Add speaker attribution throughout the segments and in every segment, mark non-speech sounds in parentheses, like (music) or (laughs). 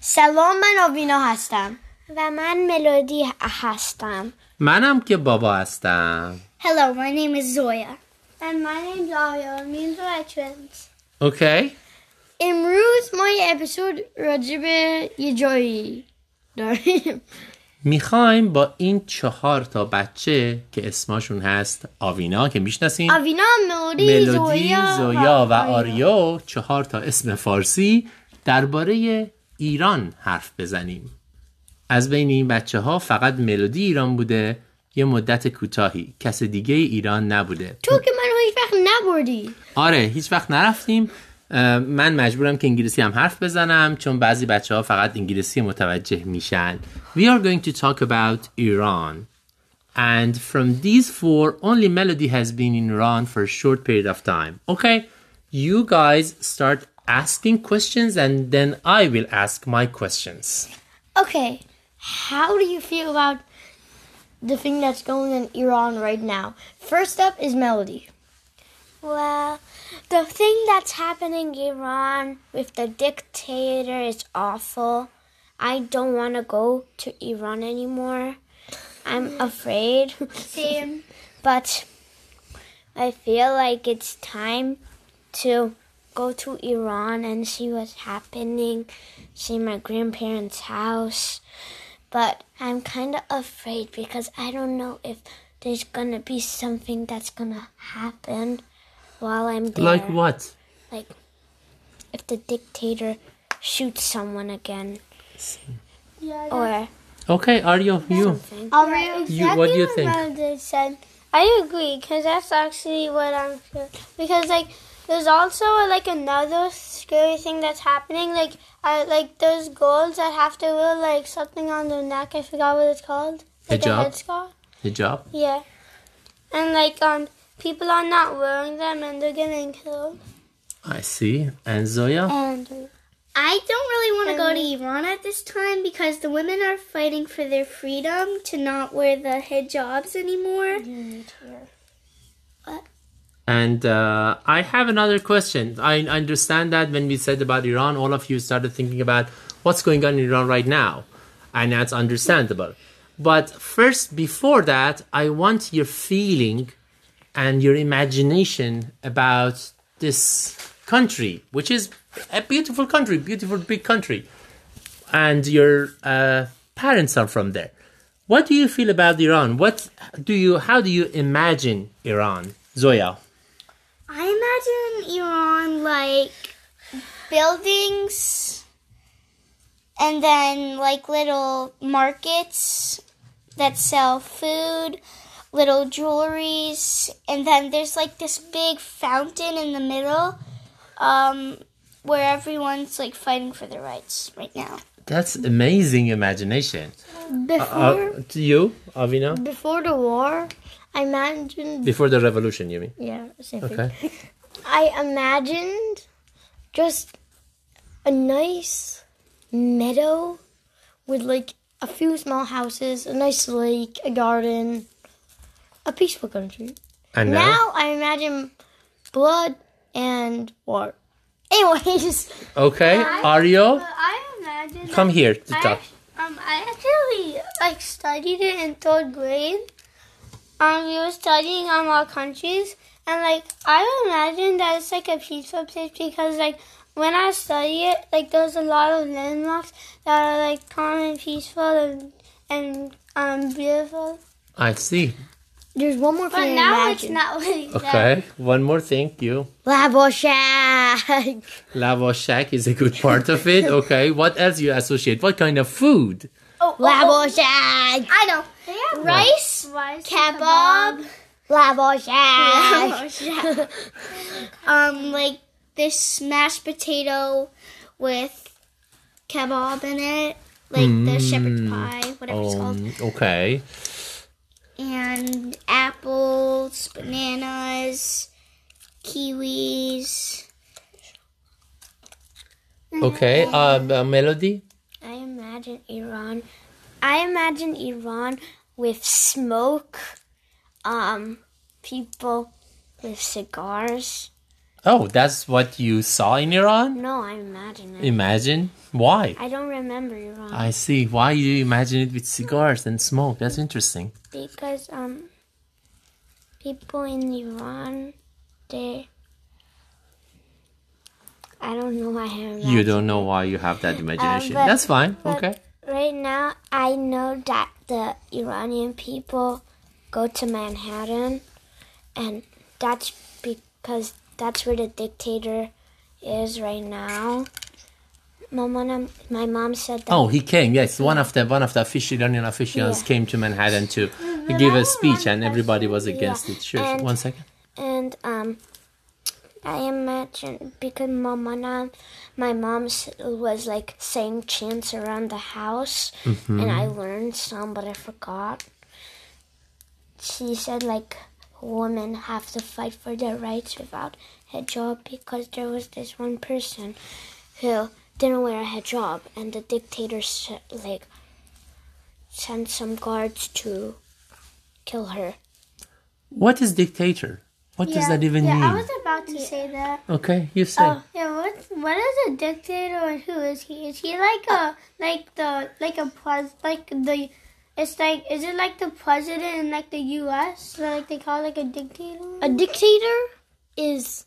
Speaker 1: سلام من آوینا هستم
Speaker 2: و من ملودی هستم
Speaker 3: منم که بابا هستم
Speaker 4: Hello, my name is Zoya.
Speaker 5: And my name is Arya. I'm in twins.
Speaker 3: اوکی
Speaker 1: امروز ما یه اپیزود راجب یه جایی
Speaker 5: (laughs)
Speaker 1: داریم
Speaker 3: میخوایم با این چهار تا بچه که اسمشون هست آوینا که میشناسیم
Speaker 1: آوینا ملودی
Speaker 3: ملودی
Speaker 1: زویا
Speaker 3: زویا و آریو چهار تا اسم فارسی درباره ایران حرف بزنیم از بین این بچه ها فقط ملودی ایران بوده یه مدت کوتاهی کس دیگه ایران نبوده
Speaker 1: تو که منو هیچ وقت نبردی
Speaker 3: آره هیچ وقت نرفتیم اه، من مجبورم که انگلیسی هم حرف بزنم چون بعضی بچه ها فقط انگلیسی متوجه میشن We are going to talk about Iran And from these four only Melody has been in Iran for a short period of time Okay You guys start asking questions and then I will ask my questions
Speaker 1: Okay, how do you feel about the thing that's going in Iran right now? First up is Melody.
Speaker 2: Well, the thing that's happening in Iran with the dictator is awful. I don't want to go to Iran anymore.
Speaker 1: (laughs)
Speaker 2: I'm afraid.
Speaker 5: Same.
Speaker 2: But I feel like it's time to go to Iran and see what's happening, see my grandparents' house. But I'm kind of afraid because I don't know if there's gonna be something that's gonna happen while I'm there.
Speaker 3: Like what?
Speaker 2: Like if the dictator shoots someone again
Speaker 5: Yeah.
Speaker 2: or
Speaker 3: Okay Aryo you
Speaker 2: something.
Speaker 5: Arya,
Speaker 3: You- what do you think?
Speaker 5: Said. I agree because that's actually what I'm feel- because like there's also like another scary thing that's happening like I like those girls that have to wear like something on their neck I forgot what it's called like
Speaker 3: Hijab?
Speaker 5: a headscarf
Speaker 3: Hijab
Speaker 5: yeah and like um people are not wearing them and they're getting killed
Speaker 3: I see And Zoya
Speaker 2: And
Speaker 4: I don't really want to go to Iran at this time because the women are fighting for their freedom to not wear the hijabs anymore.
Speaker 3: And uh, I have another question. I understand that when we said about Iran, all of you started thinking about what's going on in Iran right now. And that's understandable. But first, before that, I want your feeling and your imagination about this country, which is a beautiful country, beautiful big country. And your uh, parents are from there. What do you feel about Iran? What do you? How do you imagine Iran, Zoya?
Speaker 4: I imagine Iran like buildings and then like little markets that sell food, little jewelries, and then there's like this big fountain in the middle um, where everyone's like fighting for their rights right now.
Speaker 3: That's amazing imagination.
Speaker 1: Before
Speaker 3: Uh, to you, Avina?
Speaker 1: before the war, I imagined
Speaker 3: Before the revolution, you mean?
Speaker 1: yeah, same thing.
Speaker 3: Okay.
Speaker 1: I imagined just a nice meadow with like a few small houses, a nice lake, a garden, a peaceful country.
Speaker 3: And
Speaker 1: Now?
Speaker 3: now?
Speaker 1: I imagine blood and war. Anyways, (laughs)
Speaker 3: Okay, Ario,
Speaker 5: I imagine
Speaker 3: come here to
Speaker 5: I
Speaker 3: talk.
Speaker 5: act- Um, I actually like studied it in third grade. Um, we were studying um our countries, and like I imagine that it's like a peaceful place because like when I study it, like there's a lot of landmarks that are like calm and peaceful and and um beautiful.
Speaker 3: I see.
Speaker 1: there's one more
Speaker 5: But
Speaker 1: thing I
Speaker 5: now it's
Speaker 1: imagine.
Speaker 5: not like that.
Speaker 3: Okay, one more thing, you.
Speaker 1: (laughs) Lavoshag.
Speaker 3: Lavashak is a good part of it. Okay, what else you associate? What kind of food?
Speaker 5: Oh,
Speaker 1: Lavoshag.
Speaker 4: I know. Rice,
Speaker 5: rice,
Speaker 4: kebab,
Speaker 1: Lavoshag.
Speaker 4: (laughs) um, like this mashed potato with kebab in it, like the shepherd's pie, whatever it's called,
Speaker 3: Um, okay.
Speaker 4: and apples, bananas, kiwis.
Speaker 3: Okay, uh, uh, Melody?
Speaker 2: I imagine Iran. I imagine Iran with smoke, um, people with cigars,
Speaker 3: Oh, that's what you saw in Iran?
Speaker 2: No, I imagine it.
Speaker 3: Imagine. Why?
Speaker 2: I don't remember Iran
Speaker 3: I see. Why you imagine it with cigars and smoke? That's interesting.
Speaker 2: because um people in Iran they I don't know why I have
Speaker 3: You don't know why you have that imagination.
Speaker 2: but-
Speaker 3: that's fine.
Speaker 2: but-
Speaker 3: Okay.
Speaker 2: Right now, I know that the Iranian people go to Manhattan, and that's because that's where the dictator is right now. My mom, my mom said that.
Speaker 3: Oh, he came. Yes, one of the one of the official Iranian officials
Speaker 2: Yeah.
Speaker 3: came to Manhattan to give a speech, and everybody was against it. Sure.
Speaker 2: And-
Speaker 3: One second.
Speaker 2: and um I imagine because my mom, my mom s- was like saying chants around the house, and I learned some, but I forgot. She said like women have to fight for their rights without hijab because there was this one person who didn't wear a hijab, and the dictator s- like sent some guards to kill her.
Speaker 3: What is dictator? What does that even
Speaker 5: yeah, I
Speaker 3: mean?
Speaker 5: was about to say that.
Speaker 3: Okay, you say.
Speaker 2: Oh.
Speaker 5: Yeah, what what is a dictator and who is he? Is he like a like the like a pres like the it's like is it like the president in like the US? So like they call it like a dictator?
Speaker 1: A dictator is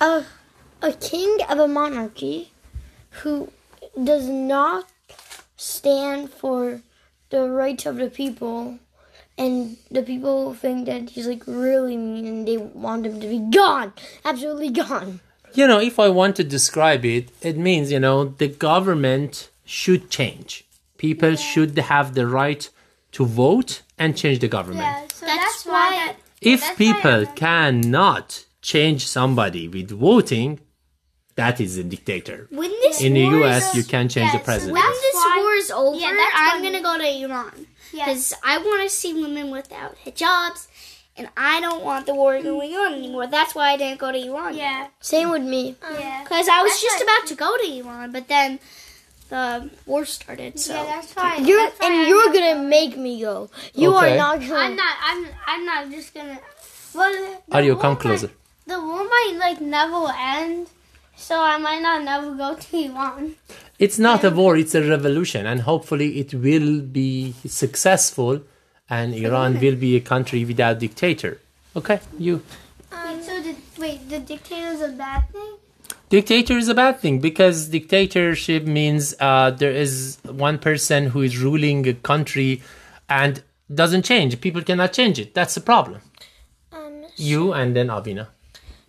Speaker 1: a, a king of a monarchy who does not stand for the rights of the people and the people think that he's like really mean and they want him to be gone absolutely gone
Speaker 3: you know, if I want to describe it, it means, you know, the government should change. People should have the right to vote and change the government.
Speaker 5: so that's, why, that,
Speaker 3: if people cannot change somebody with voting, that is a dictator.
Speaker 1: when this
Speaker 3: In the US, you can change the president.
Speaker 5: that's-
Speaker 6: this
Speaker 5: why-
Speaker 6: war is over,
Speaker 5: Yeah, that's
Speaker 6: I'm
Speaker 5: why-
Speaker 6: gonna go to Iran
Speaker 5: yeah.
Speaker 6: because I want to see women without hijabs, and I don't want the war going on anymore. That's why I didn't go to Iran.
Speaker 5: Yeah.
Speaker 1: same with me
Speaker 5: yeah.
Speaker 6: because I was
Speaker 5: That's
Speaker 6: just
Speaker 5: what-
Speaker 6: about to go to Iran, but then the war started. So
Speaker 5: Yeah, that's why.
Speaker 1: you're
Speaker 5: that's why
Speaker 1: and
Speaker 5: I'm
Speaker 1: you're
Speaker 5: not-
Speaker 1: gonna make me go you
Speaker 3: Okay.
Speaker 1: are not gonna
Speaker 5: I'm not. I'm. I'm not just gonna. Well, the
Speaker 3: Are you
Speaker 5: war
Speaker 3: come
Speaker 5: might-
Speaker 3: closer?
Speaker 5: The war might like never end, so I might not never go to Iran.
Speaker 3: It's not a war, it's a revolution, and hopefully it will be successful, and Iran will be a country without dictator. Okay, you.
Speaker 5: Um, so the, wait, the dictator's a bad thing.
Speaker 3: dictator is a bad thing because dictatorship means uh, there is one person who is ruling a country and doesn't change. People cannot change it. That's the problem.
Speaker 2: Um,
Speaker 3: You and then Avina.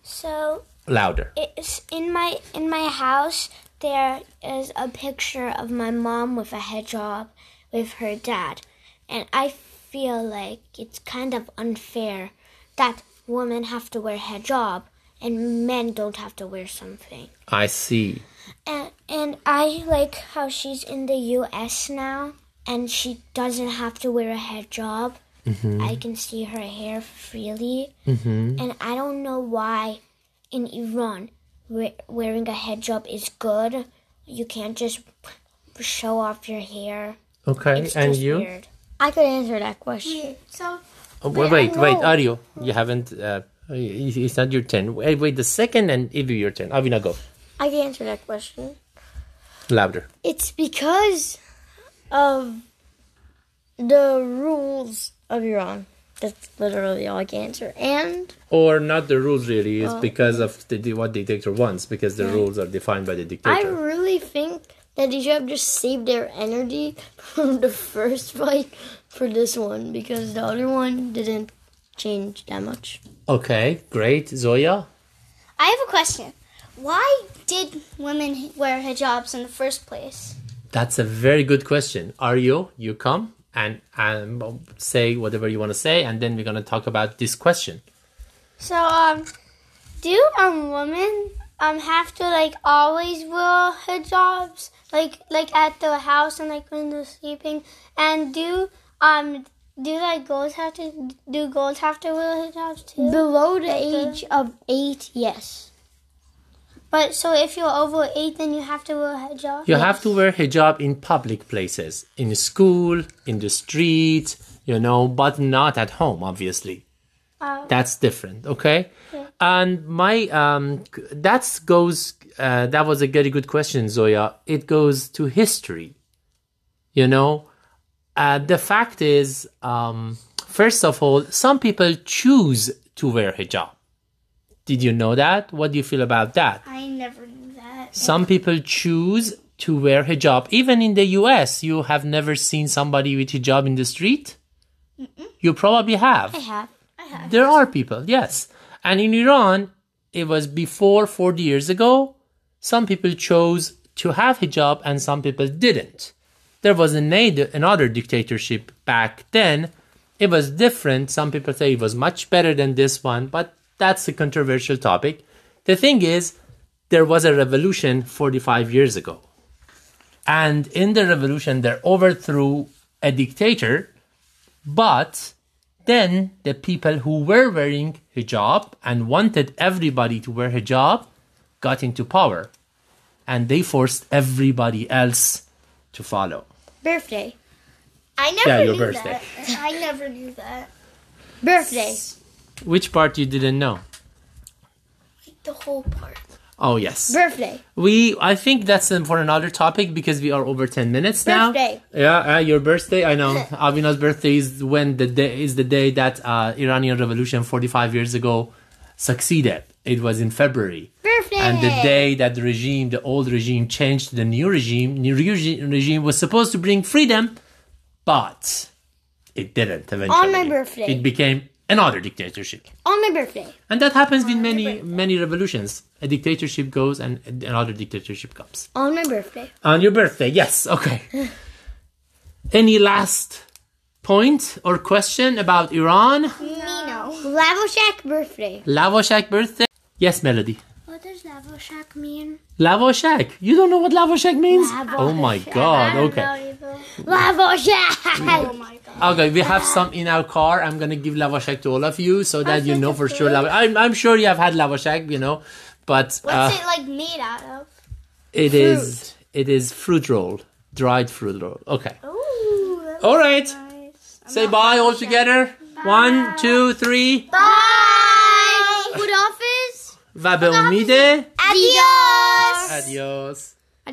Speaker 2: so
Speaker 3: Louder.
Speaker 2: it's in my in my house there is a picture of my mom with a hijab with her dad and i feel like it's kind of unfair that women have to wear hijab and men don't have to wear something
Speaker 3: I see.
Speaker 2: and, and I like how she's in the U.S. now, and she doesn't have to wear a hijab.
Speaker 3: Mm-hmm.
Speaker 2: I can see her hair freely, mm-hmm. and I don't know why in Iran we- wearing a hijab is good. You can't just show off your hair.
Speaker 3: Okay,
Speaker 2: It's
Speaker 3: and
Speaker 2: just
Speaker 3: you?
Speaker 2: weird.
Speaker 1: i could answer that question
Speaker 6: (laughs)
Speaker 5: So
Speaker 3: Oh, wait, wait, wait, Ario, you haven't. Uh, it- it's not your turn. Wait, wait, the second and it will be your turn. Avina, go
Speaker 1: i can answer that question
Speaker 3: louder.
Speaker 1: It's because of the rules of Iran. That's literally all I can answer. And
Speaker 3: Or not the rules really.
Speaker 2: Oh.
Speaker 3: It's because of the, what dictator wants. Because the rules are defined by the
Speaker 1: I
Speaker 3: dictator.
Speaker 1: really think that they should have just saved their energy from the first fight for this one because the other one didn't change that much.
Speaker 3: Okay, great, Zoya.
Speaker 6: I have a question. Why did women wear hijabs in the first place?
Speaker 3: That's a very good question. Aryo, you come and um, say whatever you want to say, and then we're going to talk about this question.
Speaker 5: so um, do um women um have to like always wear hijabs like like at the house and like when they're sleeping and do um do like girls have to do girls have to wear hijabs too?
Speaker 1: Below the age of eight, yes.
Speaker 5: But so if you're over eight, then you have to wear a hijab.
Speaker 3: You have to wear hijab in public places, in school, in the street, you know, but not at home, obviously. That's different, okay? And my um, that goes. Uh, that was a very good question, Zoya. It goes to history. You know, uh, the fact is, um, first of all, some people choose to wear hijab. Did you know that? What do you feel about that?
Speaker 6: I never knew that.
Speaker 3: Some people choose to wear hijab. Even in the US, you have never seen somebody with hijab in the street? You probably have. I have. I have. There are people, yes. And in Iran, it was before 40 years ago, some people chose to have hijab and some people didn't. There was an aid- another dictatorship back then. It was different. Some people say it was much better than this one, but that's a controversial topic. The thing is, there was a revolution 45 years ago. And in the revolution, they overthrew a dictator, but then the people who were wearing hijab and wanted everybody to wear hijab got into power. And they forced everybody else to follow.
Speaker 1: Birthday.
Speaker 6: I never
Speaker 3: Yeah, your
Speaker 6: knew
Speaker 3: birthday.
Speaker 6: that. I never knew that.
Speaker 1: Birthday.
Speaker 3: Which part you didn't know?
Speaker 6: The whole part.
Speaker 3: Oh, yes.
Speaker 1: Birthday.
Speaker 3: We, I think that's um, for another topic because we are over ten minutes now.
Speaker 1: Birthday.
Speaker 3: Yeah, uh, your birthday. I
Speaker 1: (laughs)
Speaker 3: know. Avina's birthday is when the day is the day that uh, Iranian Revolution forty five years ago succeeded. It was in February.
Speaker 1: Birthday.
Speaker 3: And the day that the regime, the old regime, changed to the new regime, new regi- regime was supposed to bring freedom, but it didn't eventually.
Speaker 1: On my birthday.
Speaker 3: It became another dictatorship.
Speaker 1: On my birthday.
Speaker 3: And that happens with many, many revolutions. A dictatorship goes and another dictatorship comes.
Speaker 1: On my birthday.
Speaker 3: On your birthday, yes. (laughs) Okay. Any last point or question about Iran?
Speaker 1: Lavoshak birthday.
Speaker 3: Lavoshak birthday? Yes, Melody.
Speaker 6: What does Navoshak mean?
Speaker 3: Lavoshak. You don't know what Lavoshak means? Oh my god. Okay. (laughs)
Speaker 6: Oh
Speaker 1: Lavoshak.
Speaker 3: Okay, we have some in our car. I'm going to give Lavoshak to all of you Oh, so that you know for sure. Lavo- I'm, I'm sure you have had Lavoshak, you know, but uh,
Speaker 6: What's it like made out of?
Speaker 3: it is it is fruit roll, dried fruit roll. Okay. all right. Say bye all together. One, two, three.
Speaker 6: Bye.
Speaker 1: Good office.
Speaker 3: و به امید
Speaker 1: Adios.
Speaker 3: ادیاس